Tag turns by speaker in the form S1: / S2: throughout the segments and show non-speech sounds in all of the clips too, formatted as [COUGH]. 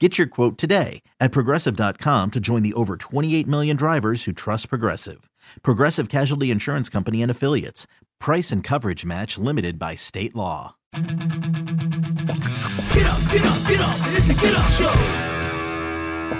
S1: Get your quote today at progressive.com to join the over 28 million drivers who trust Progressive. Progressive Casualty Insurance Company and Affiliates. Price and coverage match limited by state law.
S2: Get up, get up, get up. It's a get up show.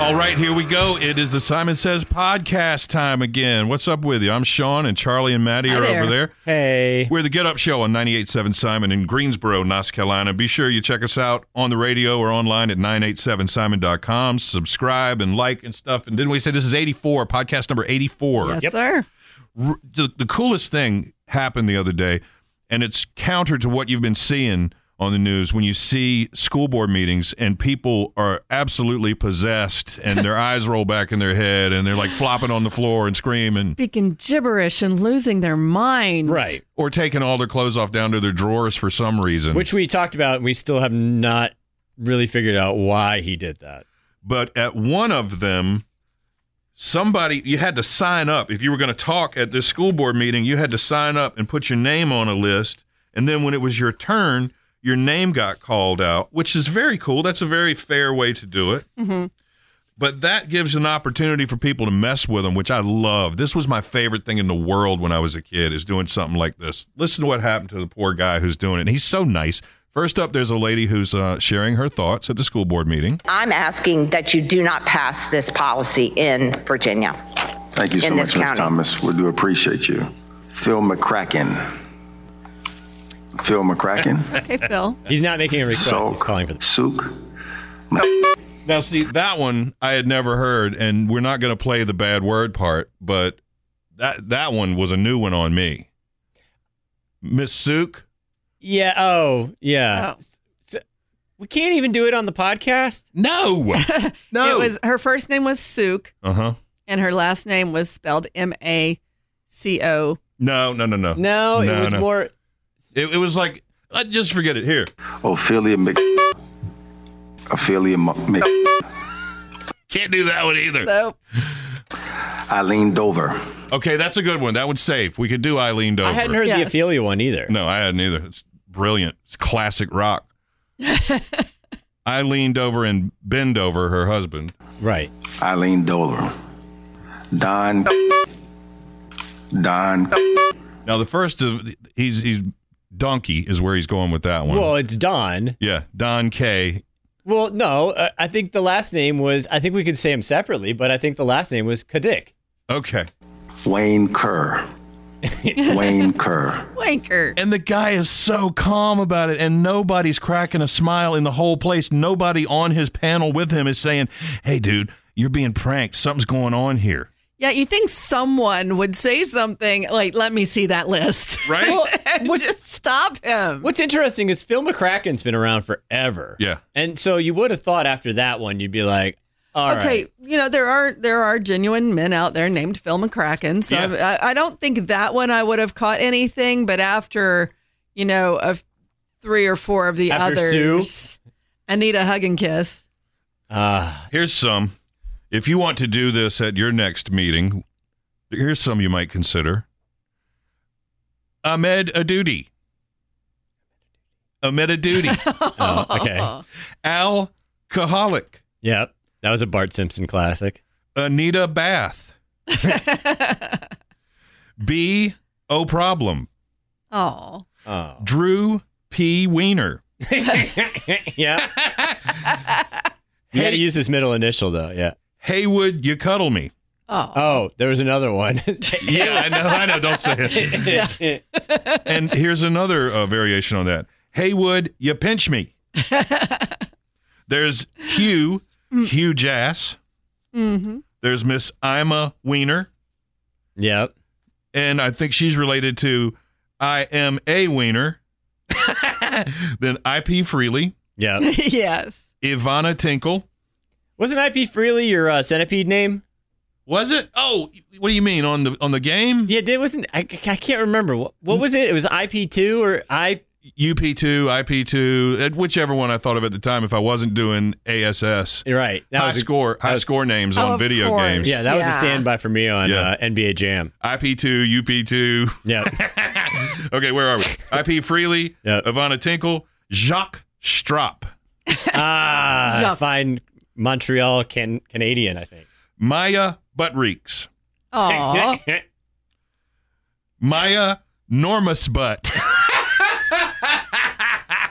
S3: All right, here we go. It is the Simon Says podcast time again. What's up with you? I'm Sean, and Charlie and Maddie are over there.
S4: Hey.
S3: We're the Get Up Show on 98.7 Simon in Greensboro, North Carolina. Be sure you check us out on the radio or online at 987simon.com. Subscribe and like and stuff. And didn't we say this is 84, podcast number 84?
S5: Yes, sir.
S3: r- the, the coolest thing happened the other day, and it's counter to what you've been seeing on the news when you see school board meetings and people are absolutely possessed and their eyes roll back in their head and they're like flopping on the floor and screaming
S5: Speaking gibberish and losing their minds.
S4: Right.
S3: or taking all their clothes off down to their drawers for some reason.
S4: Which we talked about, and we still have not really figured out why he did that.
S3: but at one of them, somebody you had to sign up if you were going to talk at this school board meeting. You had to sign up and put your name on a list, and then when it was your turn, your name got called out, which is very cool. That's a very fair way to do it. But that gives an opportunity for people to mess with them, which I love. This was my favorite thing in the world when I was a kid is doing something like this. Listen to what happened to the poor guy who's doing it. He's so nice. First up, there's a lady who's uh, sharing her thoughts at the school board meeting.
S6: I'm asking that you do not pass this policy in Virginia.
S7: Thank you so
S6: in
S7: much,
S6: this
S7: Ms.
S6: county.
S7: Thomas. We do appreciate you. Phil McCracken.
S4: [LAUGHS]
S7: Phil McCracken.
S5: Okay, Phil.
S4: He's not making a request. He's calling for
S7: Soak.
S4: this.
S7: Sook.
S3: Now, see, that one I had never heard, and we're not going to play the bad word part, but that that one was a new one on me. Miss Sook,
S4: Yeah. Oh, yeah. So- we can't even do it on the podcast.
S3: no, [LAUGHS] no,
S4: oh.
S5: [LAUGHS] It was her first name was Sook
S3: uh huh,
S5: and her last name was spelled M A C O.
S3: no, no, no, no,
S4: No, it was
S3: no.
S4: more.
S3: It, it was like I just forget it. Here,
S7: Ophelia Mc. Ophelia M- Mc.
S3: can't do that one either.
S5: So
S7: Eileen Dover.
S3: Okay, that's a good one. That one's safe. We could do Eileen Dover.
S4: I hadn't heard the
S5: Yes.
S4: Ophelia one either.
S3: No, I hadn't either. It's brilliant. It's classic rock. I leaned over and bend over her husband.
S4: Right.
S7: Eileen Dover. Don. Don.
S3: Now the first of he's he's donkey is where he's going with that one.
S4: Well, it's Don.
S3: yeah, Don K.
S4: Well, no, uh, I think the last name was. I think we could say him separately, but I think the last name was Kadick.
S3: Okay,
S7: Wayne
S4: [LAUGHS]
S7: Kerr. Wayne Kerr.
S5: wanker.
S3: and the guy is so calm about it, and nobody's cracking a smile in the whole place. Nobody on his panel with him is saying, "Hey, dude, you're being pranked. Something's going on here."
S5: Yeah, you think someone would say something like, "Let me see that list."
S3: Right?
S4: Well,
S5: [LAUGHS] and
S4: what's-
S5: just stop him.
S4: What's interesting is Phil McCracken's been around forever.
S3: Yeah.
S4: And so you would have thought after that one, you'd be like, all right.
S5: okay, you know there are there are genuine men out there named Phil McCracken. So
S3: Yeah.
S5: I, I don't think that one I would have caught anything, but after you know of three or four of the
S4: After
S5: others, I need a hug and kiss.
S4: Ah,
S3: Here's some. If you want to do this at your next meeting, here's some you might consider. Ahmed Adudi. Ahmed Adudi.
S4: oh,
S5: [LAUGHS]
S4: okay.
S3: Alcoholic.
S4: Yep. That was a Bart Simpson classic.
S3: Anita Bath. B. O Problem.
S5: Oh,
S4: Oh. [LAUGHS]
S3: Drew P. Wiener.
S4: yeah. [LAUGHS] You had to
S3: Hey-
S4: use his middle initial though. Yeah.
S3: Haywood, you cuddle me.
S4: Oh, there was another one. [LAUGHS]
S3: Yeah, I know, I know. Don't say it. [LAUGHS] And here's another uh, variation on that. Haywood, you pinch [LAUGHS] me. There's Hugh, Hugh Jass.
S5: Mm-hmm. [LAUGHS]
S3: There's Miss Ima Wiener,
S4: yep.
S3: and I think she's related to I am a Wiener. [LAUGHS] then IP Freely,
S4: Yep.
S5: yes.
S3: Ivana Tinkle.
S4: Wasn't IP Freely your uh, centipede name?
S3: Was it? Oh, what do you mean on the on the game?
S4: Yeah, it wasn't. I, I can't remember what what was it. It was IP two or I.
S3: UP2, IP2, uh, whichever one I thought of at the time. If I wasn't doing ASS,
S4: You're right. That
S3: high
S4: was a-
S3: score, high
S4: that was-
S3: score names
S5: Oh,
S3: on
S5: of
S3: video
S5: course.
S3: games.
S4: Yeah, that was a
S5: Yeah.
S4: standby for me on
S3: Yeah.
S4: uh, NBA Jam.
S3: IP2, UP2.
S4: Yeah.
S3: [LAUGHS] Okay, where are
S4: [LAUGHS]
S3: we? IP Freely,
S4: Yeah.
S3: Ivana Tinkle, Jacques Strop.
S4: ah,
S5: Jean-
S4: fine. Montreal can Canadian, I think.
S3: Maya Buttreeks.
S4: [LAUGHS]
S5: Aw.
S3: Maya Normus Butt. [LAUGHS]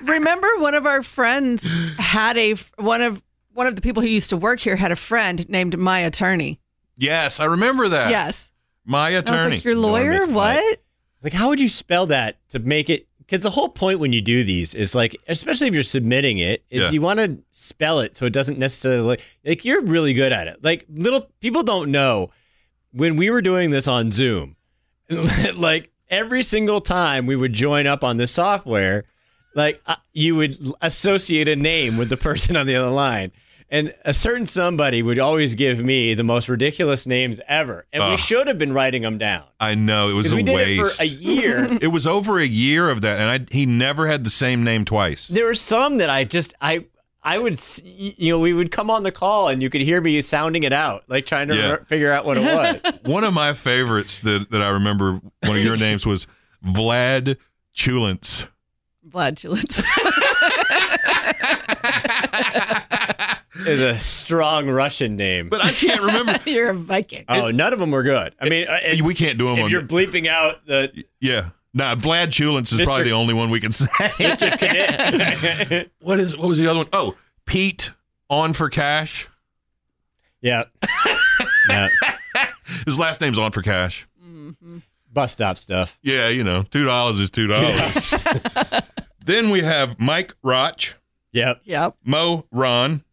S5: Remember, one of our friends had a one of one of the people who used to work here had a friend named my attorney.
S3: yes, I remember that.
S5: Yes,
S3: My
S5: And I was
S3: attorney.
S5: like, your lawyer?
S4: Enormous
S5: What?
S4: Like, how would you spell that to make it? Because the whole point when you do these is like, especially if you're submitting it, is
S3: Yeah.
S4: you want to spell it so it doesn't necessarily like, like you're really good at it. Like little people don't know when we were doing this on Zoom, [LAUGHS] like every single time we would join up on this software, like uh, you would l- associate a name with the person on the other line. And a certain somebody would always give me the most ridiculous names ever. And we
S3: Ugh.
S4: should have been writing them down.
S3: I know. It was
S4: Because
S3: a
S4: we did
S3: waste.
S4: it for a year.
S3: it was over a year of that, and I, he never had the same name twice.
S4: there were some that I just I I would s- you know we would come on the call and you could hear me sounding it out like trying to
S3: Yeah.
S4: re- figure out what it
S3: [LAUGHS]
S4: was.
S3: One of my favorites that, that I remember, one [LAUGHS] of your names was Vlad Chulance.
S5: Flatulence.
S4: It's a strong Russian name.
S3: But I can't remember.
S5: [LAUGHS]
S3: [LAUGHS]
S5: You're a Viking.
S4: oh, none of them were good. I mean, uh, if,
S3: we can't do him
S4: if
S3: on.
S4: you're bleeping
S3: [LAUGHS]
S4: out the
S3: yeah. Nah, Vlad Chulance is
S4: Mr.
S3: probably the only one we can say. [LAUGHS] what is what was the other one? Oh, Pete on for cash.
S4: yeah. yeah.
S3: His last name's on for cash.
S4: Bus stop stuff.
S3: Yeah, you know, two dollars is two dollars. [LAUGHS] then we have Mike Roch,
S4: [LAUGHS] Yep. [LAUGHS]
S5: Yep.
S3: Mo Ron,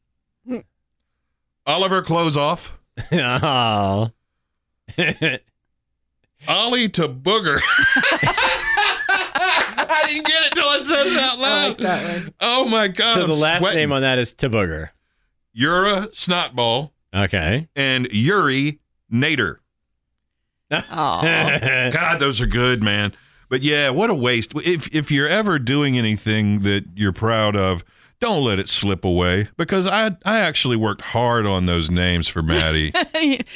S3: Hmm. Oliver Closeoff,
S4: oh. [LAUGHS]
S3: Ollie to Booger. [LAUGHS] I didn't get it till I said it out loud. Oh my god!
S4: so
S3: I'm
S4: the last
S3: sweating.
S4: name on that is Tabooger.
S3: Yura Snotball
S4: Okay.
S3: and Yuri Nader.
S5: Oh.
S3: God, those are good, man. But yeah, what a waste. If if you're ever doing anything that you're proud of, don't let it slip away because I I actually worked hard on those names for
S4: [LAUGHS]
S3: Maddie.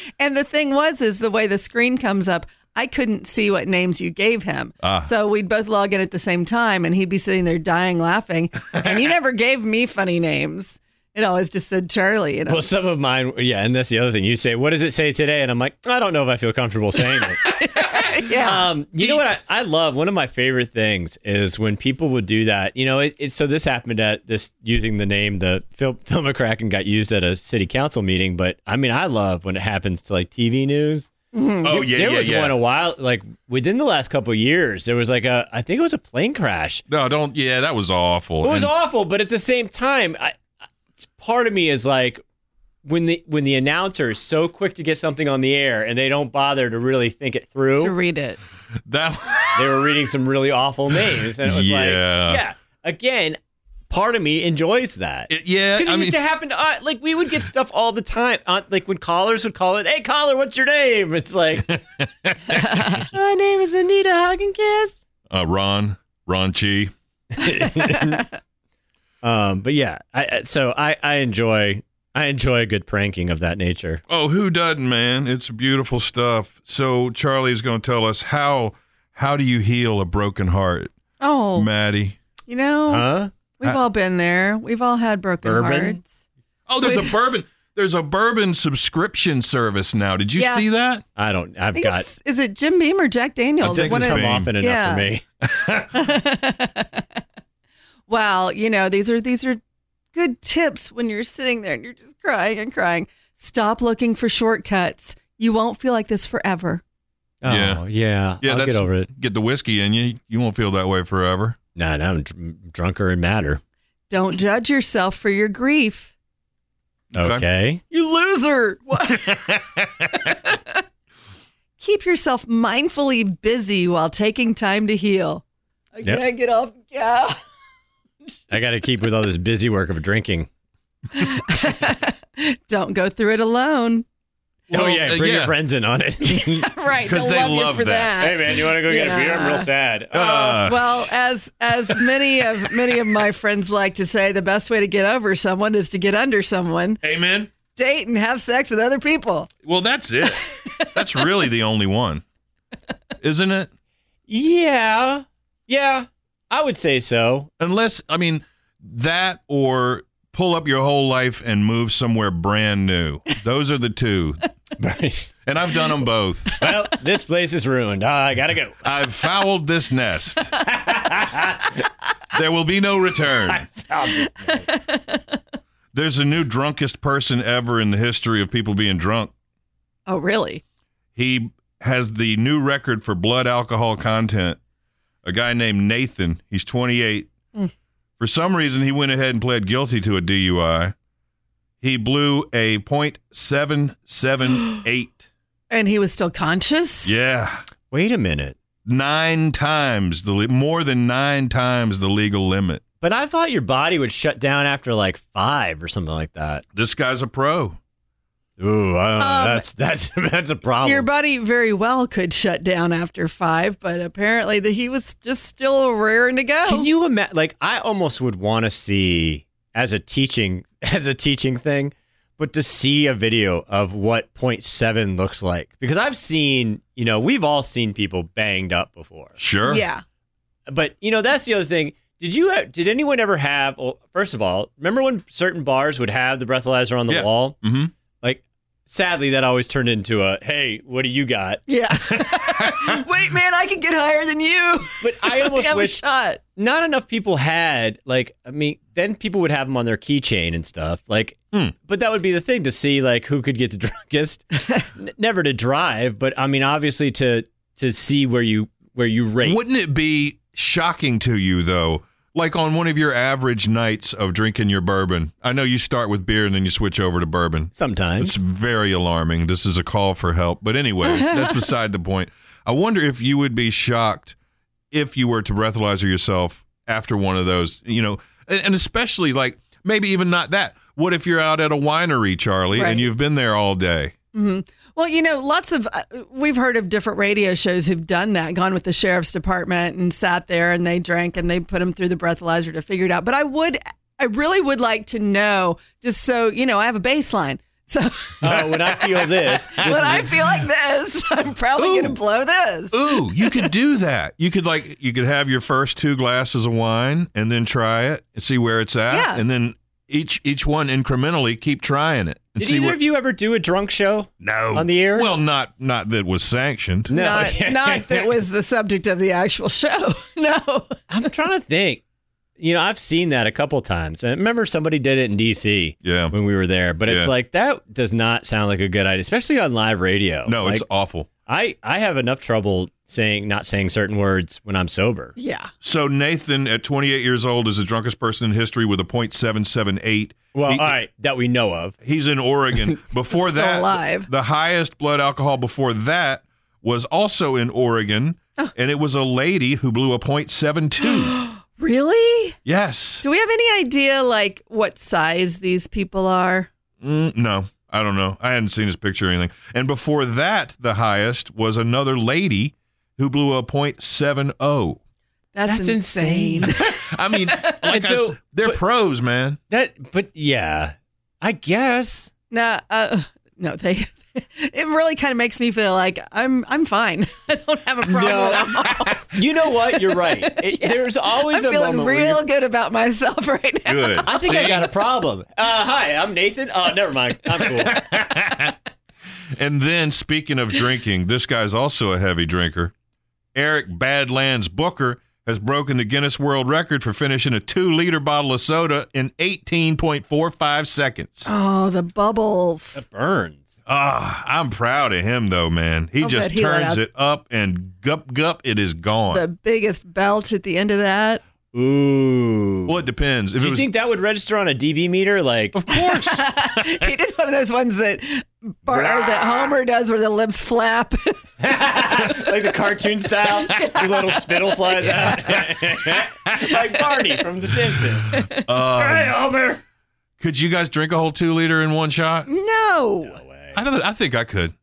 S5: [LAUGHS] and the thing was, is the way the screen comes up, I couldn't see what names you gave him.
S3: Ah.
S5: So we'd both log in at the same time, and he'd be sitting there dying laughing.
S3: [LAUGHS]
S5: and you never gave me funny names. It always just said Charlie. You know.
S4: [LAUGHS] Well, some of mine, yeah, and that's the other thing. You say, "What does it say today?" And I'm like, "I don't know if I feel comfortable saying it."
S5: yeah.
S4: um, you know what? I, I love one of my favorite things is when people would do that. You know, it, it, so this happened at this using the name the Phil [LAUGHS] Phil McCracken got used at a city council meeting. But I mean, I love when it happens to like TV news.
S3: oh yeah,
S4: there
S3: yeah,
S4: was
S3: yeah.
S4: one a while, like within the last couple of years, there was like a I think it was a plane crash
S3: no, don't. Yeah, that was awful.
S4: it was
S3: And-
S4: awful, but at the same time, I, I- it's- part of me is like when the when the announcer is so quick to get something on the air and they don't bother to really think it
S5: to
S4: through.
S5: read it.
S4: [LAUGHS]
S3: that
S4: they were reading some really awful names, and it was like,
S3: Yeah.
S4: yeah. Again, part of me enjoys that.
S3: it- yeah.
S4: because it
S3: I
S4: used
S3: mean,
S4: to happen to us. Like we would get stuff all the time. On, like when callers would call it, "Hey caller, what's your name?"
S3: [LAUGHS]
S4: It's like, "My name is Anita Hug and Kiss."
S3: uh, Ron Ron Chi.
S4: Um, but yeah, I, I- so I, I enjoy I enjoy a good pranking of that nature.
S3: Oh, who doesn't, man? It's beautiful stuff. So Charlie is going to tell us how how do you heal a broken heart,
S5: Oh,
S3: Maddie?
S5: you know,
S4: Huh?
S5: we've
S3: Uh,
S5: all been there. We've all had broken
S4: Bourbon?
S5: hearts.
S3: Oh, there's a bourbon. There's a bourbon subscription service now. Did you
S5: Yeah.
S3: see that?
S4: I don't.
S5: I
S4: I've
S5: think
S4: got.
S5: it's- is it Jim Beam or Jack Daniels?
S3: I think
S5: One
S3: it's
S5: of-
S4: Come
S3: Bing.
S4: often enough
S5: Yeah.
S4: for me.
S5: [LAUGHS] well, you know, these are these are good tips when you're sitting there and you're just crying and crying. Stop looking for shortcuts. You won't feel like this forever.
S4: Oh,
S3: Yeah.
S4: yeah. Yeah.
S3: Yeah,
S4: I'll
S3: that's,
S4: get over it.
S3: Get the whiskey in you. You won't feel that way forever.
S4: Nah, now I'm dr- drunker and madder.
S5: Don't judge yourself for your grief.
S3: Okay.
S4: Okay.
S5: You loser. What? [LAUGHS] Keep yourself mindfully busy while taking time to heal. I
S4: Yep.
S5: can't get off the couch. [LAUGHS]
S4: I got to keep with all this busy work of drinking.
S5: Don't go through it alone.
S4: oh,
S3: [LAUGHS] Well,
S4: yeah.
S3: uh,
S4: Bring
S3: yeah.
S4: your friends in
S3: [LAUGHS]
S4: on it. [LAUGHS] hey,
S5: Right.
S3: 'Cause
S5: they'll
S3: they
S5: love,
S3: love
S5: you for
S3: that.
S5: that.
S4: man, you want to go get a beer? I'm
S5: Yeah.
S4: real sad. Oh,
S3: Uh,
S5: well, as as many of many of my friends like to say, the best way to get over someone is to get under someone.
S3: amen.
S5: Date and have sex with other people.
S3: Well, that's it. that's really the
S5: [LAUGHS]
S3: only one, isn't it?
S4: yeah. Yeah. I would say so.
S3: Unless, I mean, that or pull up your whole life and move somewhere brand new. Those are the two.
S4: But-
S3: And I've done them both.
S4: well, this place is ruined. Ah, I got to go.
S3: I've fouled this nest. there will be no return. There's a new drunkest person ever in the history of people being drunk.
S5: Oh, really?
S3: He has the new record for blood alcohol content. A guy named Nathan, he's 28. For some reason, he went ahead and pled guilty to a DUI. He blew a .778.
S5: And he was still conscious.
S3: yeah.
S4: Wait a minute.
S3: Nine times the le- more than nine times the legal limit.
S4: But I thought your body would shut down after like five or something like that.
S3: This guy's a pro.
S4: Ooh, I don't know.
S5: Um,
S4: that's that's [LAUGHS] that's a problem.
S5: Your body very well could shut down after five, but apparently that he was just still raring to go.
S4: Can you imagine? Like, I almost would want to see as a teaching [LAUGHS] as a teaching thing, but to see a video of what 0.7 looks like because I've seen, you know, we've all seen people banged up before.
S3: Sure.
S5: Yeah.
S4: But you know, that's the other thing. Did you have, did anyone ever have? Well, first of all, remember when certain bars would have the breathalyzer on the
S3: Yeah.
S4: wall?
S3: Mm-hmm.
S4: Like, sadly, that always turned into a "Hey, what do you got?"
S5: Yeah. Wait, man, I can get higher than you.
S4: But
S5: [LAUGHS]
S4: I
S5: I
S4: almost
S5: have a
S4: wish
S5: shot.
S4: not enough people had like I mean, then people would have them on their keychain and stuff. Like,
S3: Hmm.
S4: but that would be the thing to see like who could get the [LAUGHS] drunkest. N- never to drive, but I mean, obviously to to see where you where you rate.
S3: Wouldn't it be shocking to you though? Like on one of your average nights of drinking your bourbon. I know you start with beer and then you switch over to bourbon. It's
S4: Sometimes
S3: very alarming. This is a call for help. But anyway,
S4: [LAUGHS]
S3: that's beside the point. I wonder if you would be shocked if you were to breathalyzer yourself after one of those, you know, and, and especially like maybe even not that. What if you're out at a winery, Charlie,
S5: Right.
S3: and you've been there all day?
S5: Well, you know, lots of uh, we've heard of different radio shows who've done that, gone with the sheriff's department and sat there and they drank and they put them through the breathalyzer to figure it out. But I would, I really would like to know, just so you know, I have a baseline. So [LAUGHS]
S4: oh, when I
S3: [LAUGHS]
S4: feel this, this
S5: when
S4: is
S5: I feel like this, [LAUGHS] I'm probably
S3: Ooh.
S5: going to blow this.
S3: Ooh, you could do that. You could like you could have your first two glasses of wine and then try it and see where it's at,
S5: Yeah.
S3: and then each each one incrementally keep trying it and
S4: did
S3: see
S4: either
S3: where.
S4: of you ever do a drunk show?
S3: no
S4: on the air?
S3: Well, not not that was sanctioned.
S4: No,
S5: Not, not that was the subject of the actual show. [LAUGHS] No.
S4: I'm trying to think. You know, I've seen that a couple times. And I remember somebody did it in DC
S3: Yeah.
S4: when we were there, but
S3: Yeah.
S4: it's like that does not sound like a good idea, especially on live radio.
S3: No, it's
S4: Oh, Like,
S3: awful.
S4: I I have enough trouble saying not saying certain words when I'm sober.
S5: Yeah.
S3: So Nathan, at 28 years old, is the drunkest person in history with a .778.
S4: Well,
S3: He-
S4: all right, that we know of.
S3: He's in Oregon.
S4: [LAUGHS]
S3: Before
S5: Still
S3: that,
S5: alive.
S3: the highest blood alcohol before that was also in Oregon,
S4: Oh.
S3: and it was a lady who blew a
S4: [GASPS]
S3: .72.
S5: Really?
S3: yes.
S5: Do we have any idea, like, what size these people are?
S3: Mm, no, I don't know. I hadn't seen his picture or anything. And before that, the highest was another lady who blew a .70.
S5: That's,
S4: That's insane.
S3: I mean, like I
S4: And so-
S3: s- they're
S4: but-
S3: pros, man.
S4: [LAUGHS] That but yeah. I guess.
S5: No, uh, [LAUGHS] no, they. It really kind of makes me feel like I'm I'm fine. [LAUGHS] I don't have a problem. at all.
S4: You know what?
S5: [LAUGHS]
S4: You're right. It- There's
S5: I'm
S4: [LAUGHS] always a
S5: feeling
S4: moment where you're-
S5: real good about myself [LAUGHS] right now.
S3: Good.
S4: [LAUGHS] I think I
S3: See?
S4: got a problem. Uh, hi, I'm Nathan. Oh, never mind. I'm [LAUGHS] cool.
S3: And then, speaking of drinking, this guy's also a heavy drinker. Eric Badlands Booker has broken the Guinness World Record for finishing a two liter bottle of soda in 18.45 seconds.
S5: Oh, the bubbles.
S4: That burns.
S3: Ah, I'm proud of him though, man. He
S5: I'll
S3: just
S5: bet Oh, he let
S3: turns
S5: out-
S3: it up and gup gup, it is gone.
S5: The biggest belch at the end of that. [LAUGHS]
S4: Ooh.
S3: well, it depends. If it
S4: Do you
S3: was,
S4: think that would register on a DB meter? Like,
S3: of course,
S5: he did one of those ones that Bar- or that Homer does where the lips flap.
S4: [LAUGHS]
S5: [LAUGHS]
S4: like the cartoon [LAUGHS] style, your little spittle flies [LAUGHS] out, like Barney from The Simpsons.
S3: uh,
S4: Homer.
S3: could you guys drink a whole two liter in one shot?
S5: no.
S3: I, don't, I think I could.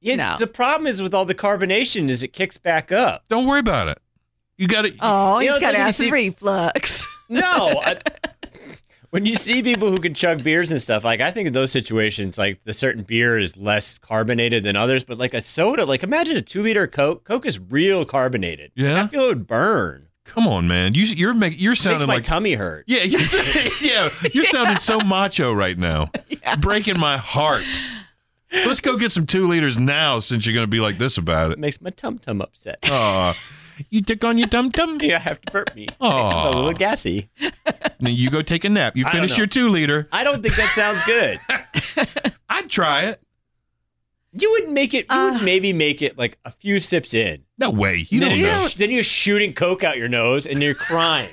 S4: Yes,
S5: No.
S4: the problem is with all the carbonation is it kicks back up.
S3: Don't worry about it. You got it.
S5: Oh,
S4: You
S5: he's
S4: know, it's
S5: got
S4: like when you
S5: acid
S4: see-
S5: reflux. [LAUGHS]
S4: No. [LAUGHS] I- when you see people who can chug beers and stuff, like I think in those situations, like the certain beer is less carbonated than others, but like a soda, like imagine a two liter Coke. Coke is real carbonated.
S3: Yeah?
S4: I feel it would burn.
S3: Come on, man. You, you're making. You're
S4: It makes
S3: sounding
S4: my
S3: like.
S4: tummy hurt.
S3: yeah, [LAUGHS] you're, yeah. You're sounding so macho right now. Breaking my heart. Let's go get some two liters now, since you're going to be like this about
S4: It
S3: it.
S4: makes my tum tum [LAUGHS] upset.
S3: Aw, you tick on your dum dum.
S4: Yeah, I have to burp [LAUGHS] me.
S3: Aw.
S4: I'm a little gassy.
S3: Now you go take a nap. You
S4: I don't
S3: finish
S4: know.
S3: your two liter.
S4: I don't think that sounds good.
S3: I'd try it.
S4: You would make it. You would maybe make it like a few sips in.
S3: No way. You
S4: then,
S3: don't
S4: you're,
S3: know.
S4: then you're shooting coke out your nose and you're [LAUGHS] crying.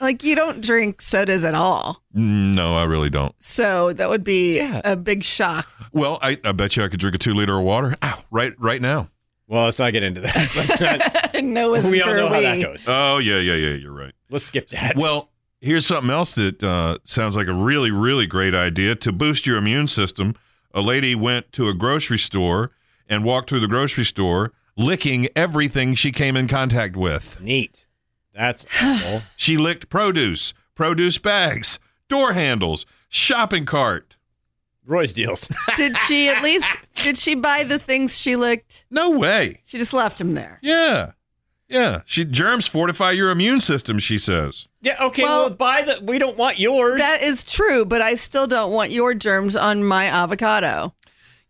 S5: like you don't drink sodas at all.
S3: Mm, No, I really don't.
S5: So that would be
S4: Yeah.
S5: a big shock. [LAUGHS]
S3: Well, I, I bet you I could drink a two liter of water. Ow, right right now.
S4: well, let's not get into [LAUGHS] that. Let's not.
S5: no is
S4: we all
S5: for
S4: know
S5: a
S4: how that
S5: wee.
S4: goes.
S3: Oh yeah, yeah, yeah. You're right.
S4: let's skip that.
S3: Well, here's something else that uh, sounds like a really, really great idea to boost your immune system. A lady went to a grocery store and walked through the grocery store licking everything she came in contact with.
S4: neat. That's awful.
S3: She licked produce, produce bags, door handles, shopping cart.
S4: Roy's deals. [LAUGHS]
S5: Did she at least did she buy the things she licked?
S3: No way.
S5: She just left him there.
S3: Yeah. Yeah. She germs fortify your immune system, she says.
S4: Yeah. Okay.
S5: Well-
S4: Well, buy the. We don't want yours.
S5: That is true, but I still don't want your germs on my avocado.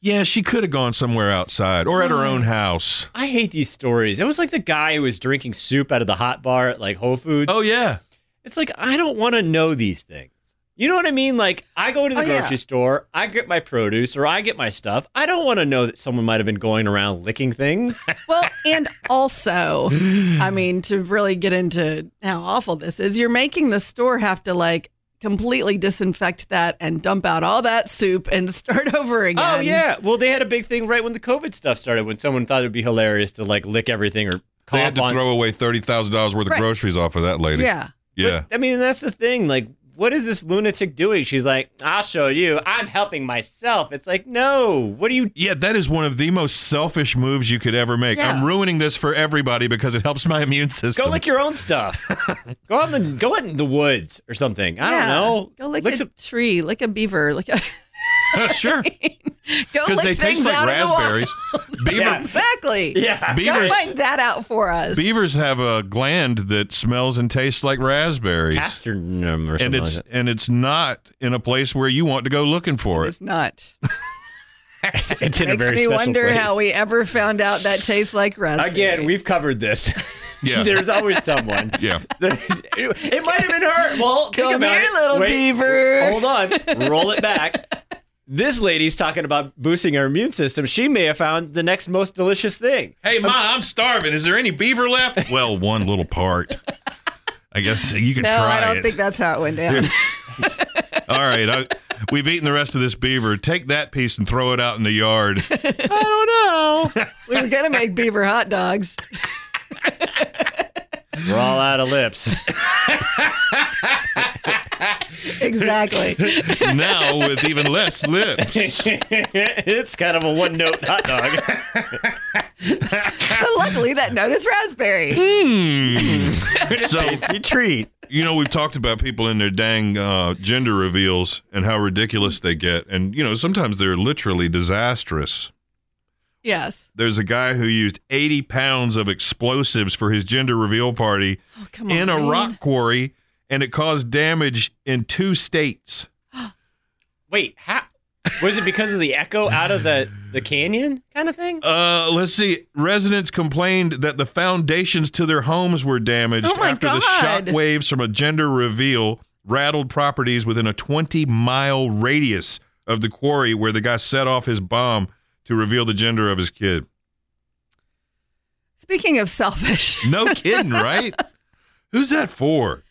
S3: Yeah, she could have gone somewhere outside or at her own house.
S4: I hate these stories. It was like the guy who was drinking soup out of the hot bar at like Whole Foods.
S3: Oh yeah.
S4: It's like I don't want to know these things. You know what I mean? Like I go to the
S5: Oh, yeah.
S4: grocery store, I get my produce or I get my stuff. I don't want to know that someone might have been going around licking
S5: [LAUGHS]
S4: things.
S5: Well, and also,
S4: [GASPS]
S5: I mean, to really get into how awful this is, you're making the store have to like completely disinfect that and dump out all that soup and [LAUGHS] start over again.
S4: oh yeah. Well, they had a big thing right when the COVID stuff started when someone thought it would be hilarious to like lick everything or cough
S3: They had to
S4: on.
S3: throw away thirty thousand dollars worth of
S5: Right.
S3: groceries off of that lady.
S5: Yeah.
S3: Yeah.
S4: I mean, that's the thing. Like what is this lunatic doing? She's like, "I'll show you. I'm helping myself." It's like, "No. What are you
S3: Yeah, that is one of the most selfish moves you could ever make.
S5: Yeah.
S3: I'm ruining this for everybody because it helps my immune system.
S4: Go
S3: [LAUGHS]
S4: lick your own stuff. go out in the go out in the woods or something. I
S5: Yeah.
S4: don't know.
S5: Go lick,
S4: Lick
S5: a
S4: some-
S5: tree, lick a beaver, lick a [LAUGHS] go
S3: sure, because
S5: lick
S3: they
S5: things
S3: taste like
S5: out
S3: raspberries. Beaver,
S5: [LAUGHS]
S4: Yeah.
S5: Exactly.
S4: Yeah.
S5: Go
S3: beavers,
S5: find that out for us.
S3: beavers have a gland that smells and tastes like raspberries,
S4: Pastor or something
S3: and
S4: like
S3: it's
S4: that.
S3: and it's not in a place where you want to go looking for
S5: [LAUGHS]
S3: it.
S5: It's
S3: [LAUGHS]
S5: not.
S4: [LAUGHS] It's in a
S5: Makes
S4: very
S5: me
S4: special
S5: wonder
S4: place.
S5: how we ever found out that tastes like raspberry.
S4: Again, we've covered [LAUGHS] this.
S3: Yeah.
S4: There's always someone. [LAUGHS]
S3: Yeah.
S4: it might have been her. Well, think
S5: Come
S4: about
S5: here,
S4: it.
S5: little
S4: Wait,
S5: beaver. [LAUGHS]
S4: Hold on. Roll it back. This lady's talking about boosting her immune system. She may have found the next most delicious thing.
S3: Hey, Ma, I'm starving. Is there any beaver left? Well, one little part. I guess you can
S5: no,
S3: try
S5: I don't
S3: it.
S5: think that's how it went down.
S3: [LAUGHS] All right, I, we've eaten the rest of this beaver. Take that piece and throw it out in
S5: [LAUGHS]
S3: the yard.
S4: I don't know.
S5: we were gonna make beaver hot dogs.
S4: We're all out of lips. [LAUGHS]
S5: Exactly.
S3: now with even less lips.
S4: [LAUGHS] it's kind of a one note hot [LAUGHS] dog.
S5: but luckily, that note is raspberry.
S3: So
S4: Tasty treat.
S3: you know we've talked about people in their dang uh, gender reveals and how ridiculous they get, and you know sometimes they're literally disastrous.
S5: Yes.
S3: There's a guy who used 80 pounds of explosives for his gender reveal party
S5: Oh, come on.
S3: in a
S5: man.
S3: rock quarry, and it caused damage in two states.
S4: Wait, how? Was it because of the echo out of the, the canyon kind of thing?
S3: Uh, let's see. Residents complained that the foundations to their homes were damaged
S5: Oh my
S3: after the
S5: God.
S3: shock waves from a gender reveal rattled properties within a 20 mile radius of the quarry where the guy set off his bomb to reveal the gender of his kid.
S5: Speaking of selfish,
S3: [LAUGHS]
S5: [LAUGHS]
S3: No kidding, right? Who's that for?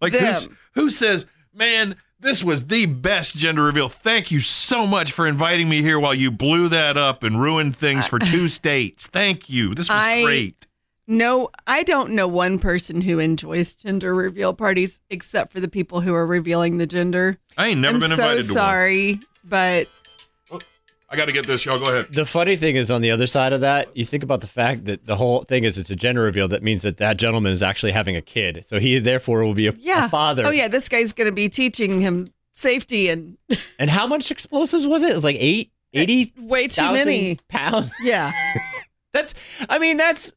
S3: Like who's,
S5: Them.
S3: who says, "Man, this was the best gender reveal. Thank you so much for inviting me here while you blew that up and ruined things for two states. Thank you. This was
S5: I-
S3: great."
S5: no, I don't know one person who enjoys gender reveal parties except for the people who are revealing the gender.
S3: I ain't never
S5: I'm
S3: been
S5: so
S3: invited to one.
S5: sorry, but
S3: I got to get this, y'all. Go ahead.
S4: The funny thing is, on the other side of that, you think about the fact that the whole thing is it's a gender reveal. That means that that gentleman is actually having a kid, so he therefore will be a, a
S5: yeah,
S4: father.
S5: Oh yeah, this guy's going to be teaching him safety and
S4: And how much explosives was it? It was like eight, eighty
S5: way too
S4: thousand
S5: many.
S4: pounds. [LAUGHS]
S5: Yeah,
S4: That's. I mean, that's.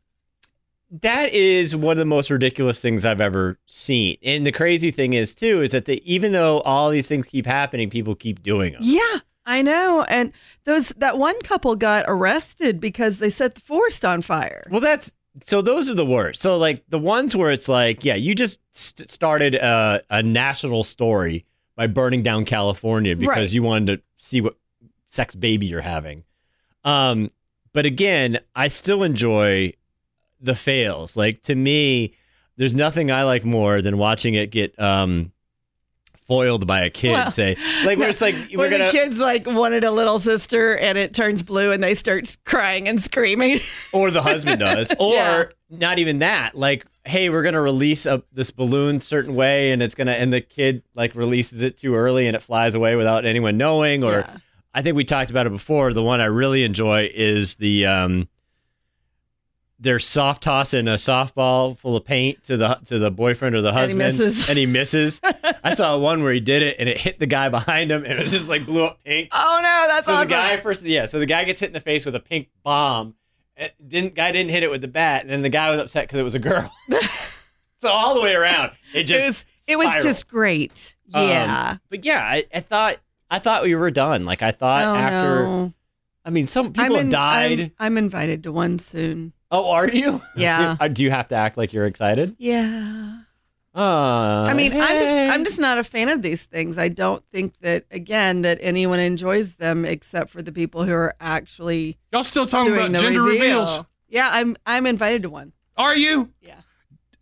S4: That is one of the most ridiculous things I've ever seen. And the crazy thing is too is that they, even though all these things keep happening, people keep doing them.
S5: yeah, I know. And those that one couple got arrested because they set the forest on fire.
S4: Well, that's so. Those are the worst. So, like the ones where it's like, yeah, you just st- started a, a national story by burning down California because
S5: Right.
S4: you wanted to see what sex baby you're having. Um, but again, I still enjoy the fails. Like to me, there's nothing I like more than watching it get um foiled by a kid.
S5: Well,
S4: say, like where it's like we're
S5: Where
S4: gonna
S5: the kids like wanted a little sister and it turns blue and they start crying and screaming.
S4: or
S5: [LAUGHS]
S4: the husband does or
S5: Yeah.
S4: not even that like hey we're gonna release a, this balloon certain way and it's gonna and the kid like releases it too early and it flies away without anyone knowing [LAUGHS] or
S5: Yeah.
S4: i think we talked about it before the one i really enjoy is the um they're soft tossing a softball full of paint to the to the boyfriend or the
S5: And he
S4: husband
S5: misses.
S4: and
S5: [LAUGHS]
S4: he misses. i saw one where he did it and it hit the guy behind him and it was just like blew up paint
S5: Oh no, that's
S4: so
S5: awesome.
S4: the guy first, yeah. So the guy gets hit in the face with a pink bomb. It didn't guy didn't hit it with the bat, and then the guy was upset because it was
S5: [LAUGHS]
S4: a girl. so all the way around, it just
S5: it was it was
S4: spiraled.
S5: just great.
S4: Um,
S5: Yeah.
S4: but yeah, I, I thought I thought we were done. Like I thought
S5: oh
S4: after.
S5: no.
S4: I mean, some people
S5: I'm
S4: have
S5: in-
S4: died.
S5: I'm, I'm invited to one soon.
S4: oh, are you?
S5: Yeah.
S4: [LAUGHS] Uh, Do you have to act like you're excited?
S5: Yeah.
S4: Uh,
S5: I mean, I'm just I'm just not a fan of these things. I don't think that again that anyone enjoys them except for the people who are actually
S3: Y'all still talking
S5: doing
S3: about
S5: the
S3: gender
S5: reveal.
S3: reveals?
S5: Yeah, I'm I'm invited to one.
S3: Are you?
S5: Yeah.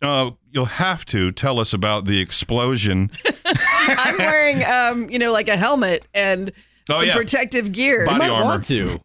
S3: Uh, you'll have to tell us about the
S5: [LAUGHS]
S3: explosion
S5: I'm
S3: [LAUGHS]
S5: wearing um, you know, like a helmet and
S3: Oh,
S5: some
S3: yeah.
S5: protective gear.
S4: I
S3: body
S4: might
S3: armor.
S4: want to.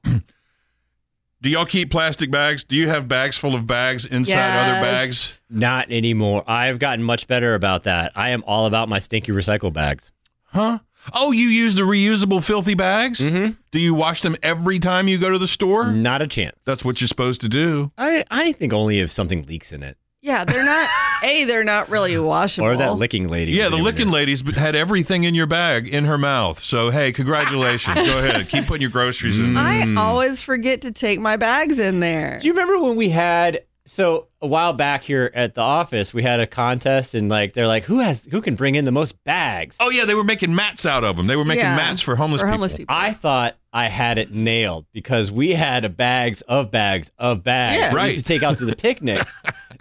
S3: Do y'all keep plastic bags? Do you have bags full of bags inside other
S5: Yes.
S3: bags?
S4: Not anymore. I've gotten much better about that. I am all about my stinky recycle bags.
S3: Huh? Oh, you use the reusable filthy bags?
S5: Mm-hmm.
S4: Mhm.
S3: Do you wash them every time you go to the store?
S4: Not a chance.
S3: That's what you're supposed to do.
S4: I, I think only if something leaks in it.
S5: Yeah, they're
S3: [LAUGHS]
S5: not. a, they're not really washable.
S4: Or that licking lady.
S3: Yeah,
S4: was
S3: the
S4: even
S3: licking
S4: there.
S3: ladies b- had everything in your bag in her mouth. So,
S5: [LAUGHS]
S3: hey, congratulations. go ahead. Keep putting your groceries in.
S4: Hmm.
S5: I always forget to take my bags in there.
S4: Do you remember when we had so a while back here at the office we had a contest and like they're like who has who can bring in the most bags?
S3: Oh, yeah, they were making mats out of them. They were making
S5: Yeah,
S3: mats for homeless
S5: for
S3: people.
S5: homeless people.
S4: I thought I had it nailed because we had a bags of bags of bags
S5: Yeah.
S4: we
S3: Right.
S4: used to take out to
S3: [LAUGHS]
S4: the picnics.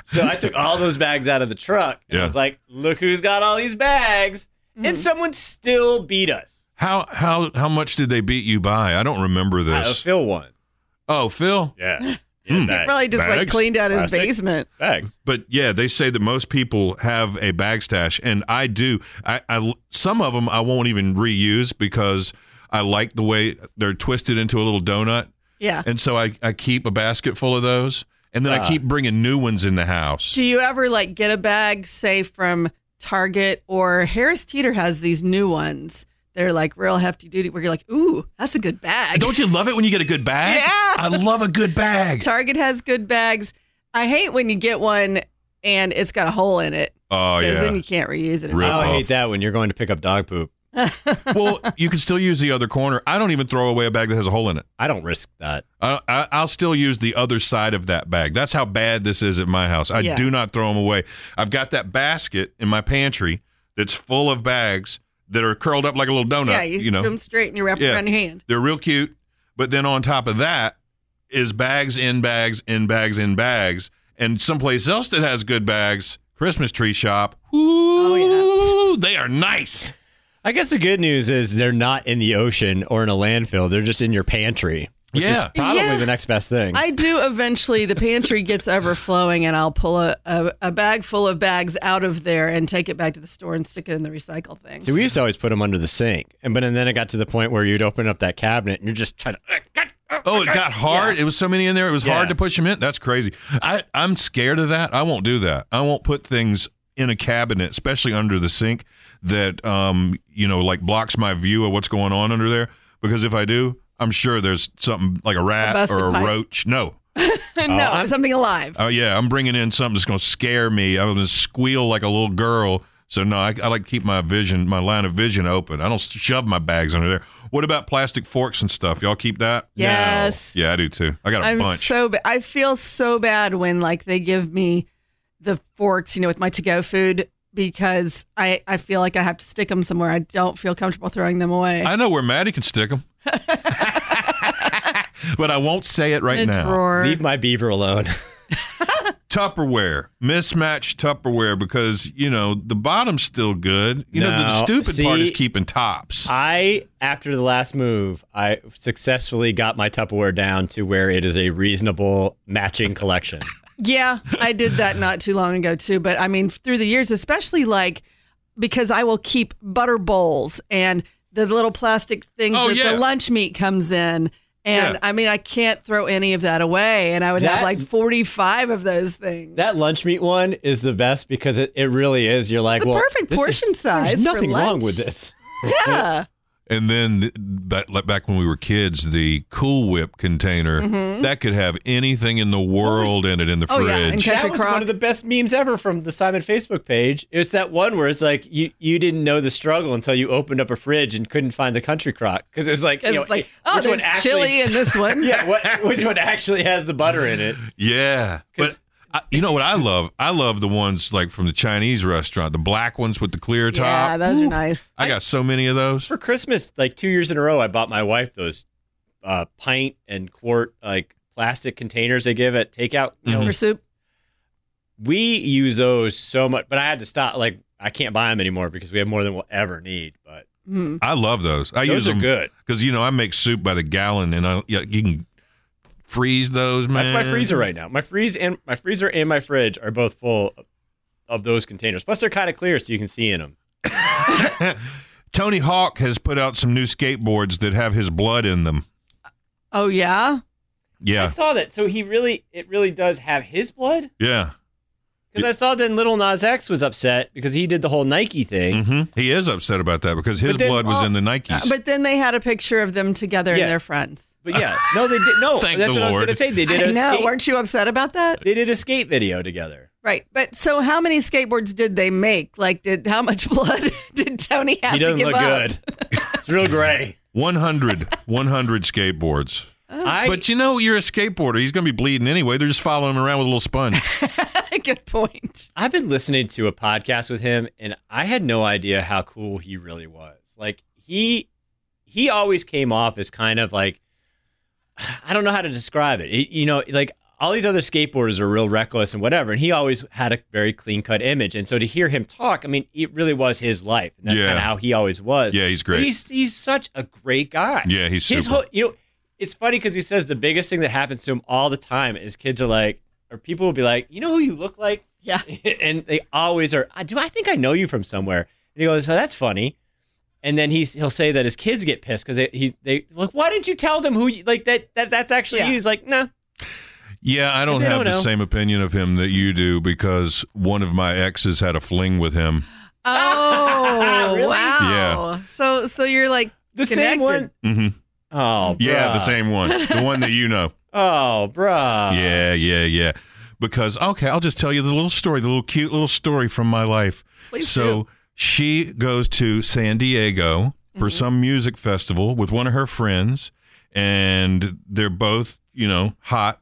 S4: so I took all those bags out of the truck. And
S3: Yeah.
S4: I was like, look who's got all these bags.
S5: Mm-hmm.
S4: And someone still beat us.
S3: How how how much did they beat you by? I don't remember
S4: I
S3: this.
S4: Phil won.
S3: oh, Phil.
S5: [LAUGHS]
S4: Yeah.
S3: Hmm.
S4: bags.
S5: Probably just like
S3: Bags?
S5: cleaned out his
S4: Plastic?
S5: basement.
S4: bags.
S3: But yeah, they say that most people have a bag stash, and I do. I, I some of them I won't even reuse because I like the way they're twisted into a little donut,
S5: Yeah.
S3: and so I I keep a basket full of those, and then I
S4: Ah.
S3: keep bringing new ones in the house.
S5: Do you ever like get a bag, say from Target or Harris Teeter has these new ones? They're like real hefty duty. Where you're like, ooh, that's a good bag.
S3: Don't you love it when you get a good bag?
S5: Yeah.
S3: I love a good bag.
S5: Target has good bags. I hate when you get one and it's got a hole in it
S3: Oh
S5: because then
S3: yeah.
S5: you can't reuse it.
S4: Oh,
S3: Rip
S4: I
S3: off.
S4: hate that when you're going to pick up dog poop.
S3: well, you can still use the other corner. I don't even throw away a bag that has a hole in it.
S4: I don't risk that.
S3: I, I, I'll still use the other side of that bag. That's how bad this is at my house. I
S5: Yeah.
S3: do not throw them away. I've got that basket in my pantry that's full of bags that are curled up like a little donut.
S5: yeah, you,
S3: you know,
S5: do them straight and you wrap it
S3: Yeah.
S5: around your hand.
S3: They're real cute. But then on top of that is bags in bags in bags in bags. And someplace else that has good bags, Christmas tree shop. Ooh,
S5: Oh,
S3: they are nice.
S4: I guess the good news is they're not in the ocean or in a landfill. They're just in your pantry, which
S3: Yeah.
S4: is probably
S5: Yeah.
S4: the next best thing.
S5: I do eventually. The pantry gets overflowing, and I'll pull a, a, a bag full of bags out of there and take it back to the store and stick it in the recycle thing.
S4: See, we used to always put them under the sink, and but and then it got to the point where you'd open up that cabinet and you're just trying to.
S3: Oh, it got hard. It was so many in there. It was hard
S4: Yeah.
S3: to push them in. That's crazy. I, I'm scared of that. I won't do that. I won't put things in a cabinet, especially under the sink, that um, you know, like blocks my view of what's going on under there. Because if I do, I'm sure there's something like a rat
S5: busted
S3: or a
S5: pipe.
S3: roach. No,
S5: [LAUGHS] no,
S4: I'm-
S5: something alive.
S3: Oh yeah, I'm bringing in something that's gonna scare me. I'm gonna squeal like a little girl. So no, I, I like to keep my vision, my line of vision open. I don't shove my bags under there. What about plastic forks and stuff? Y'all keep that?
S5: Yes.
S3: No. Yeah, I do too. I got a
S5: I'm
S3: bunch.
S5: so ba- I feel so bad when like they give me the forks, you know, with my to-go food because I I feel like I have to stick them somewhere. I don't feel comfortable throwing them away.
S3: I know where Maddie can
S5: [LAUGHS]
S3: stick them, but I won't say it right
S5: in a
S3: now.
S5: drawer.
S4: Leave my
S5: [LAUGHS]
S4: beaver alone.
S3: Tupperware, mismatched Tupperware, because you know the bottom's still good. You know the
S4: No,
S3: stupid part is
S4: see,
S3: keeping tops.
S4: I, after the last move, I successfully got my Tupperware down to where it is a reasonable matching collection.
S5: Yeah, I did that not too long ago too. But I mean, through the years, especially like because I will keep butter bowls and the little plastic things
S3: Oh,
S5: that
S3: yeah.
S5: the lunch meat comes in. And
S3: Yeah.
S5: I mean, I can't throw any of that away. And I would have
S4: That-
S5: like 45 of those things.
S4: That lunch meat one is the best because it, it really is. You're like,
S5: It's a
S4: well,
S5: perfect
S4: this is-
S5: portion size for
S4: There's nothing wrong
S5: lunch."
S4: with this.
S5: yeah.
S3: And then th- back, like back when we were kids, the Cool Whip container that could have anything in the world in it in the
S5: Mm-hmm. Oh, yeah, and
S3: fridge.
S5: Country
S4: that was
S5: Crock.
S4: one of the best memes ever from the Simon Facebook page. It was that one where it's like you you didn't know the struggle until you opened up a fridge and couldn't find the country crock because it's like you
S5: 'Cause
S4: know,
S5: it's like,
S4: eh,
S5: oh,
S4: which one
S5: there's
S4: actually,
S5: chili in this one.
S4: [LAUGHS] yeah, what, which one actually has the butter in it?
S3: yeah, but I, you know what I love? I love the ones like from the Chinese restaurant, the black ones with the clear top.
S5: Yeah, those are nice.
S3: I got so many of those.
S4: For Christmas, like two years in a row, I bought my wife those uh, pint and quart like plastic containers they give at takeout. You know,
S5: For soup.
S4: we use those so much, but I had to stop. Like I can't buy them anymore because we have more than we'll ever need. But
S5: Hmm.
S3: I love those. I
S4: Those
S3: use
S4: are
S3: them
S4: good.
S3: because you know I make soup by the gallon, and I yeah, you can freeze those. Man,
S4: That's my freezer right now. My freeze and my freezer and my fridge are both full of those containers. Plus, they're kind of clear, so you can see in them.
S3: Tony Hawk has put out some new skateboards that have his blood in them.
S5: Oh, yeah.
S4: I
S3: Yeah,
S4: saw that. So he really, it really does have his blood.
S3: yeah.
S4: Because I saw then Little Nas X was upset because he did the whole Nike thing.
S3: hmm He is upset about that because his
S4: But then-
S3: blood was
S4: well, uh,
S3: in the Nikes.
S5: But then they had a picture of them together
S4: Yeah.
S5: and their friends.
S4: But yeah, no, they did. No,
S3: [LAUGHS] Thank
S4: that's
S3: the
S4: what I was
S3: Lord.
S4: going to say. They did.
S5: I
S4: a
S5: know.
S4: skate-
S5: Weren't you upset about that?
S4: they did a skate video together.
S5: Right. But so how many skateboards did they make? Like did how much [LAUGHS] blood did Tony have
S4: he
S5: to
S4: doesn't
S5: give
S4: look
S5: up?
S4: good. [LAUGHS] it's real gray. [LAUGHS]
S3: 100, 100 skateboards.
S4: I,
S3: But you know, you're a skateboarder. He's going to be bleeding anyway. They're just following him around with a little
S4: [LAUGHS]
S3: sponge.
S5: [LAUGHS] good point.
S4: I've been listening to a podcast with him, and I had no idea how cool he really was. Like he, he always came off as kind of like, [SIGHS] I don't know how to describe it. It- you know, like all these other skateboarders are real reckless and whatever, and he always had a very clean cut image. And so to hear him talk, I mean, it really was his life, and that's
S3: Yeah.
S4: kind of how he always was.
S3: Yeah, he's great.
S4: But he's he's such a great guy.
S3: Yeah, he's
S4: his
S3: super.
S4: whole. You know, it's funny because he says the biggest thing that happens to him all the time is kids are like, or people will be like, you know who you look like
S5: Yeah.
S4: [LAUGHS] and they always are. "I- Do I think I know you from somewhere? And he goes, "Oh, that's funny." And then he's, he'll say that his kids get pissed because they, he they like, why didn't you tell them who you, like that that that's actually
S5: Yeah.
S4: you? He's like, nah.
S3: yeah, I don't
S4: They
S3: have
S4: don't
S3: the
S4: know.
S3: same opinion of him that you do because one of my exes had a fling with him.
S5: Oh
S4: [LAUGHS] Really?
S5: wow.
S3: Yeah.
S5: So so you're like
S4: The same
S5: Connected.
S4: one.
S3: hmm
S4: Oh,
S3: Yeah,
S4: bruh.
S3: the same one. The one that you know.
S4: Oh, bruh.
S3: yeah, yeah, yeah. Because, okay, I'll just tell you the little story, the little cute little story from my life.
S5: Please
S3: so she goes to San Diego for some music festival with one of her friends, and they're both, you know, hot.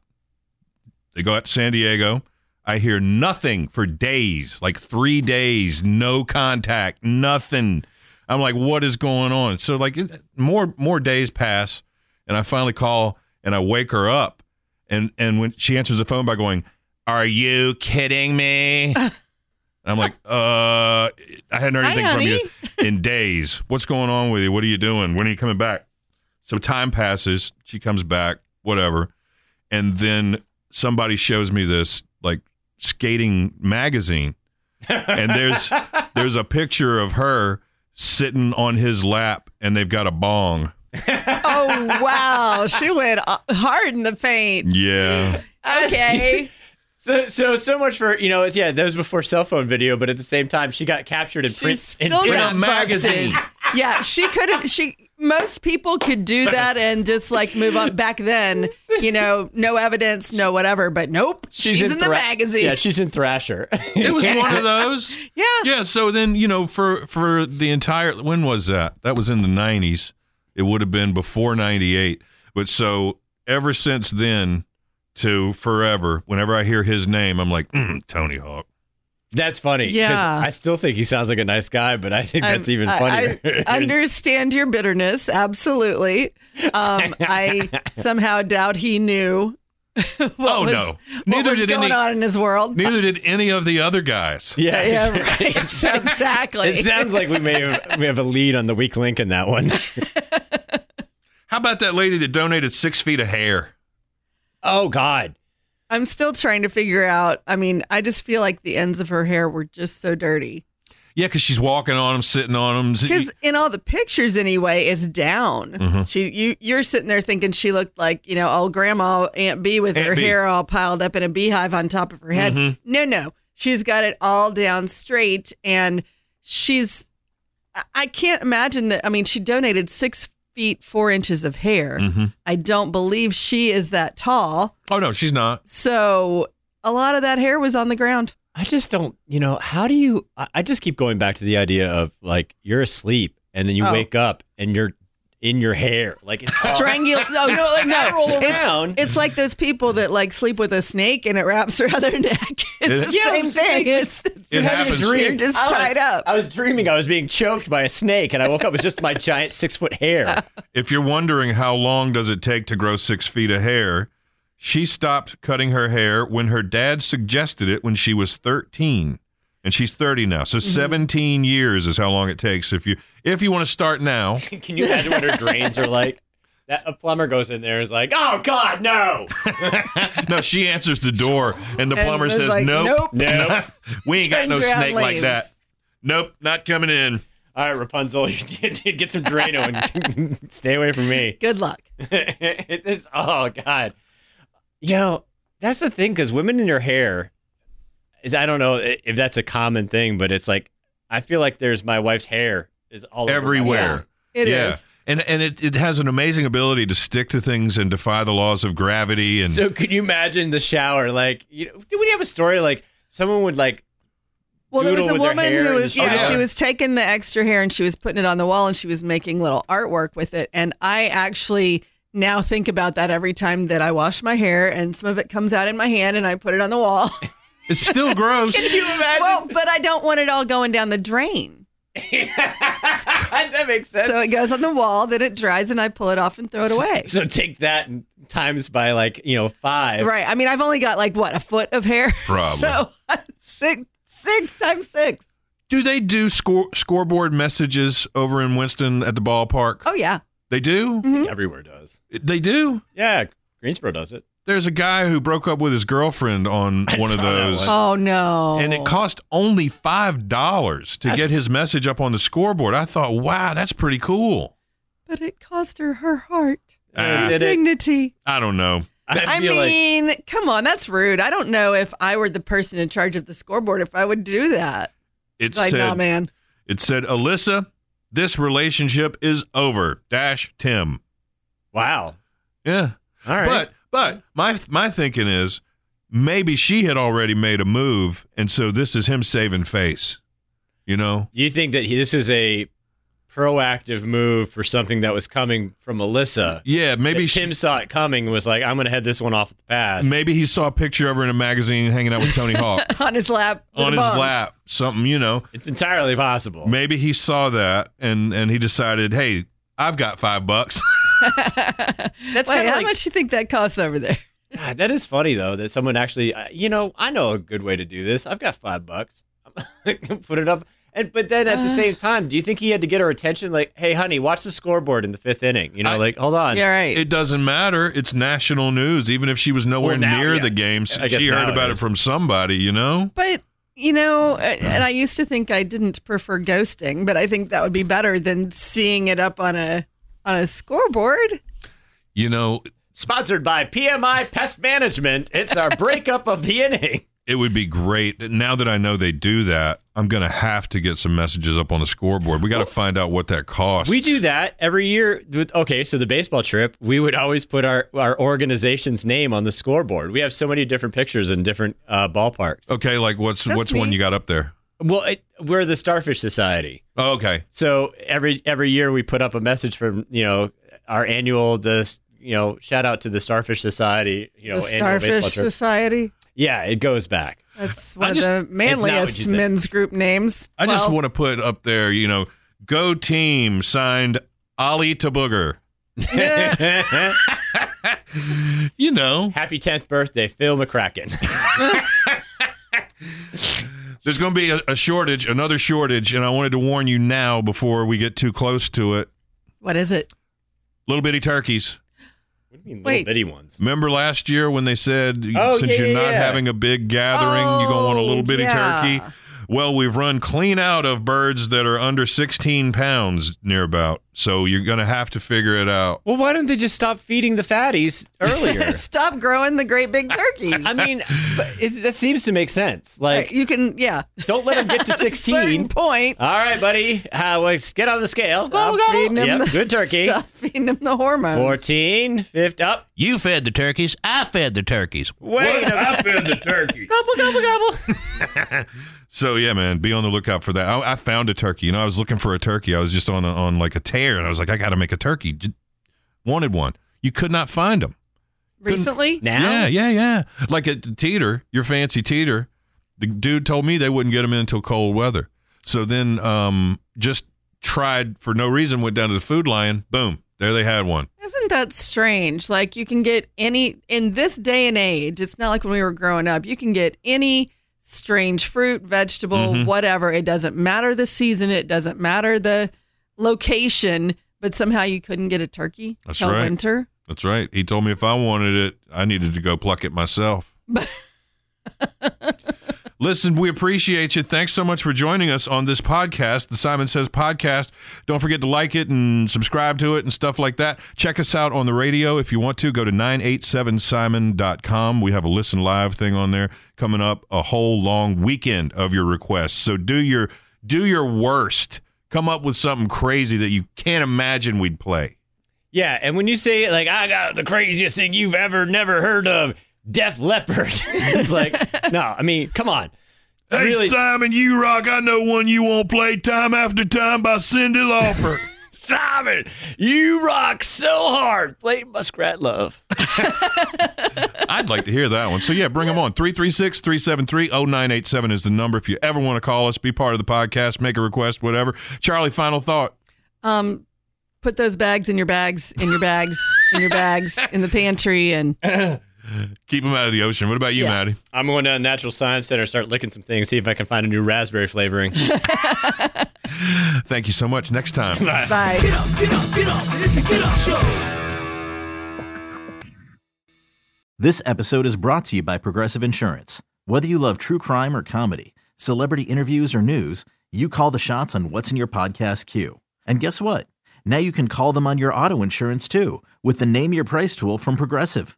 S3: They go out to San Diego. I hear nothing for days, like three days, no contact, nothing. I'm like, what is going on? So like it- more more days pass, and I finally call and I wake her up, and and when she answers the phone by going, "Are you
S5: [LAUGHS]
S3: kidding me?" And I'm like, uh, I hadn't heard
S5: Hi,
S3: anything from
S5: honey. [LAUGHS]
S3: you in days. What's going on with you? What are you doing? When are you coming back? So time passes. She comes back, whatever. And then somebody shows me this like skating magazine. And
S5: [LAUGHS]
S3: there's there's a picture of her sitting on his lap and they've got a bong.
S5: Oh wow, she went uh, hard in the
S3: [LAUGHS]
S5: paint.
S3: Yeah.
S5: Okay,
S4: So, so, so much for you know. Yeah, that was before cell phone video, but at the same time, she got captured in print. in
S5: still
S4: print.
S3: In
S5: got
S3: a magazine.
S5: yeah, she could have. She most people could do that and just like move on. Back then, you know, no evidence, no whatever. But nope, she's, in, the
S4: Thra-
S5: magazine.
S4: Yeah, she's in Thrasher. [LAUGHS]
S3: It was one of those.
S5: Yeah.
S3: Yeah. So then, you know, for for the entire when was that? That was in the nineties. It would have been before ninety eight. But so ever since then to forever, whenever I hear his name, I'm like, mm, Tony Hawk.
S4: that's funny. 'cause
S5: Yeah.
S4: I still think he sounds like a nice guy, but I think that's
S5: I'm-
S4: even
S5: Um, I-
S4: funnier.
S5: I,
S4: [LAUGHS]
S5: understand your bitterness, absolutely. Um, I
S4: [LAUGHS]
S5: somehow doubt he knew. [LAUGHS] what
S3: Oh,
S5: was,
S3: no.
S5: what
S3: Neither
S5: was
S3: did
S5: going
S3: any-
S5: on in his world.
S3: Neither did any of the other guys.
S4: yeah, [LAUGHS]
S5: Yeah, right. [LAUGHS]
S4: It sounds-
S5: Exactly.
S4: It sounds like we may have we have a lead on the weak link in that one. [LAUGHS]
S3: How about that lady that donated six feet of hair?
S4: Oh God.
S5: I'm still trying to figure out. I mean, I just feel like the ends of her hair were just so dirty.
S3: Yeah, because she's walking on him, sitting on him.
S5: Because in all the pictures, anyway, it's down. She, you, you're sitting there thinking she looked like you know old grandma Aunt B with
S3: Aunt
S5: her
S3: Bee.
S5: hair all piled up in a beehive on top of her head. No, no, she's got it all down straight, and she's. I- I can't imagine that. I mean, she donated six feet four inches of hair. I don't believe she is that tall.
S3: Oh no, she's not.
S5: So a lot of that hair was on the ground.
S4: I just don't, you know, how do you? I, I just keep going back to the idea of like you're asleep and then you
S5: Oh.
S4: wake up and you're in your hair, like it's
S5: Strangulate. No, Oh. no, like, no.
S4: roll
S5: It's-
S4: around.
S5: It's like those people that like sleep with a snake and it wraps around their neck. [LAUGHS] It's the
S3: Yeah,
S5: same thing. It's, it's
S3: It happens.
S5: You're just
S4: I was-
S5: tied up.
S4: I was dreaming I was being choked by a snake, and I woke up with just my giant six foot hair.
S3: If you're wondering how long does it take to grow six feet of hair, she stopped cutting her hair when her dad suggested it when she was 13, and she's 30 now. So 17 years is how long it takes if you if you want to start now.
S4: Can you imagine what her drains are like? That a plumber goes in there and is like, "Oh God, no,
S3: No, she answers the door, and the
S5: And
S3: plumber
S5: it's
S3: says,
S5: like,
S3: "Nope,
S5: nope."
S3: nope, we ain't got
S5: Turns
S3: no
S5: around
S3: snake like
S5: leaves.
S3: that. Nope, not coming in."
S4: all right, Rapunzel, [LAUGHS] you did- did get some Drano and [LAUGHS] stay away from me." [LAUGHS]
S5: Good luck.
S4: it's just, oh God, you know that's the thing because women in their hair is I don't know i- if that's a common thing, but it's like I feel like there's my wife's hair is all over my-
S3: everywhere.
S5: It is.
S3: And and it, it has an amazing ability to stick to things and defy the laws of gravity and
S4: So could you imagine the shower? Like, you know, do we have a story like someone would like
S5: Well, there was
S4: Doodle
S5: a
S4: with their
S5: woman
S4: hair
S5: who
S4: in
S5: was,
S4: the
S5: yeah,
S3: shower.
S5: she was taking the extra hair and she was putting it on the wall and she was making little artwork with it. And I actually now think about that every time that I wash my hair and some of it comes out in my hand and I put it on the wall.
S3: it's still gross.
S5: [LAUGHS] well, but I don't want it all going down the drain.
S4: [LAUGHS] that makes sense.
S5: So it goes on the wall, then it dries, and I pull it off and throw it away.
S4: So take that and times by like, you know, five.
S5: Right. I mean, I've only got like what a foot of hair. [LAUGHS]
S3: Probably.
S5: So six, six times six.
S3: do they do score scoreboard messages over in Winston at the ballpark?
S5: Oh Mm-hmm. yeah.
S3: They do?
S4: Everywhere does.
S3: They do?
S4: Yeah. Greensboro does it.
S3: There's a guy who broke up with his girlfriend on
S4: I
S3: one of
S4: saw that
S3: those.
S4: one.
S5: Oh no.
S3: And it cost only five dollars to get his message up on the scoreboard. I thought, wow, that's pretty cool.
S5: but it cost her her heart,
S3: Ah.
S4: They did it.
S5: dignity.
S3: I don't know.
S4: I
S5: I
S4: feel like-
S5: mean, come on, that's rude. I don't know if I were the person in charge of the scoreboard if I would do that.
S3: It
S5: like,
S3: said
S5: nah, man. [LAUGHS]
S3: it said, Alyssa, this relationship is over. Dash Tim.
S4: Wow.
S3: Yeah.
S4: All right.
S3: But but my my thinking is maybe she had already made a move, and so this is him saving face. You know,
S4: do you think that he, this is a proactive move for something that was coming from Alyssa.
S3: Yeah, maybe
S4: That
S3: she,
S4: Tim saw it coming and was like, I'm going to head this one off the pass.
S3: maybe he saw a picture of her in a magazine hanging out with Tony
S4: [LAUGHS]
S3: Hawk
S5: on his lap. with
S3: on
S5: a
S3: his
S5: bong.
S3: lap, something you know.
S4: It's entirely possible.
S3: Maybe he saw that and and he decided, hey, I've got five bucks.
S4: That's
S5: Wait,
S4: kinda
S5: how
S4: like-
S5: much do you think that costs over there?
S4: God, Ah, that is funny, though, that someone actually, uh, you know, I know a good way to do this. I've got five bucks. [LAUGHS] Put it up. And, but then at the same time, do you think he had to get her attention? Like, hey, honey, watch the scoreboard in the fifth inning. You know,
S3: I-
S4: like, hold on.
S5: Yeah, right.
S3: it doesn't matter. It's national news. Even if she was nowhere
S4: Well, now,
S3: near
S4: yeah.
S3: the game,
S4: I guess
S3: she heard
S4: now it
S3: about it
S4: is.
S3: from somebody. You know.
S5: But you know, uh, and I used to think I didn't prefer ghosting, but I think that would be better than seeing it up on a on a scoreboard.
S3: You know,
S4: Sponsored by PMI Pest Management. It's our breakup of the inning.
S3: it would be great. Now that I know they do that, I'm going to have to get some messages up on the scoreboard. We got to find out what that costs.
S4: We do that every year. With, okay, so the baseball trip, we would always put our, our organization's name on the scoreboard. We have so many different pictures in different uh, ballparks.
S3: Okay, like what's
S5: That's
S3: what's one
S5: neat.
S3: you got up there?
S4: Well, it, we're the Starfish Society.
S3: Oh, okay.
S4: So every every year we put up a message from, you know, our annual, this, you know, shout out to the Starfish Society, you know,
S5: the
S4: annual
S5: Starfish
S4: baseball trip.
S5: Society.
S4: yeah, it goes back. [LAUGHS]
S5: That's one
S4: just-
S5: of
S4: it's
S5: the
S4: not what you
S5: manliest
S4: think.
S5: men's group names.
S3: I just
S5: Well,
S3: want to put up there, you know, go team signed Ollie to Booger. You know,
S4: Happy 10th birthday, Phil McCracken. [LAUGHS]
S3: there's going to be a, a shortage, another shortage, and I wanted to warn you now before we get too close to it.
S5: What is it?
S3: Little bitty turkeys.
S4: what do you mean, little
S5: Wait.
S4: bitty ones?
S3: Remember last year when they said
S4: Oh,
S3: since
S4: yeah,
S3: you're
S4: yeah,
S3: not
S4: yeah.
S3: having a big gathering, you're gonna want a little
S5: Oh,
S3: bitty
S5: yeah.
S3: turkey? Well, we've run clean out of birds that are under 16 pounds near about, so you're gonna have to figure it out.
S4: Well, why don't they just stop feeding the fatties
S5: [LAUGHS]
S4: earlier?
S5: Stop growing the great big
S4: [LAUGHS]
S5: turkeys.
S4: I mean, but it, that seems to make sense. Like,
S5: you can, yeah.
S4: don't let them get [LAUGHS] to
S5: At a [LAUGHS] certain
S4: 16.
S5: point.
S4: All right, buddy. Uh, let's get on the scale.
S5: Stop
S4: Gobble, gobble.
S5: feeding him
S4: Yep,
S5: the-
S4: good
S5: [LAUGHS]
S4: turkey.
S5: Stop feeding him the hormones.
S4: 14, 15, up.
S8: You fed the turkeys. I fed the turkeys.
S4: Wait a
S3: I fed the turkey.
S4: Gobble, gobble, gobble.
S3: So yeah, man, be on the lookout for that. I, I found a turkey. You know, I was looking for a turkey. I was just on a, on like a tear, and I was like, I got to make a turkey. J- wanted one. You could not find them.
S4: [LAUGHS]
S5: Recently?
S4: Now?
S3: Yeah, yeah, yeah. Like at Teeter, your fancy Teeter, the dude told me they wouldn't get him in until cold weather. So then um, just tried for no reason, went down to the food lion, boom, there they had one.
S5: Isn't that strange? Like you can get any in this day and age. It's not like when we were growing up. You can get any strange fruit, vegetable,
S3: Mm-hmm.
S5: whatever. It doesn't matter the season. It doesn't matter the location. But somehow you couldn't get a turkey
S3: That's
S5: till
S3: right.
S5: winter.
S3: That's right. He told me if I wanted it, I needed to go pluck it myself. Listen, we appreciate you. Thanks so much for joining us on this podcast, the Simon Says podcast. Don't forget to like it and subscribe to it and stuff like that. Check us out on the radio if you want to. Go to 987simon.com. We have a listen live thing on there coming up a whole long weekend of your requests. So do your do your worst. Come up with something crazy that you can't imagine we'd play.
S4: Yeah, and when you say, like, I got the craziest thing you've ever never heard of, Def Leopard. [LAUGHS] it's like, no, I mean, come on.
S3: Hey,
S4: Really-
S3: Simon, you rock. I know one you won't play time after time by Cindy Lauper.
S4: Simon, you rock so hard. Play Muskrat Love.
S3: [LAUGHS] I'd like to hear that one. So, yeah, bring them on. 336 373 0987 is the number. If you ever want to call us, be part of the podcast, make a request, whatever. Charlie, final thought.
S5: Um, put those bags in your bags, in your bags, in your bags, in the pantry,
S3: [LAUGHS]
S5: and
S3: Keep them out of the ocean. What about you, Maddie?
S4: I'm going to Natural Science Center, start licking some things, see if I can find a new raspberry flavoring.
S3: Thank you so much. Next time.
S5: bye.
S2: Get up, get up, get up. It's a get up show.
S1: This episode is brought to you by Progressive Insurance. Whether you love true crime or comedy, celebrity interviews or news, you call the shots on what's in your podcast queue. And guess what? Now you can call them on your auto insurance too with the Name Your Price tool from Progressive.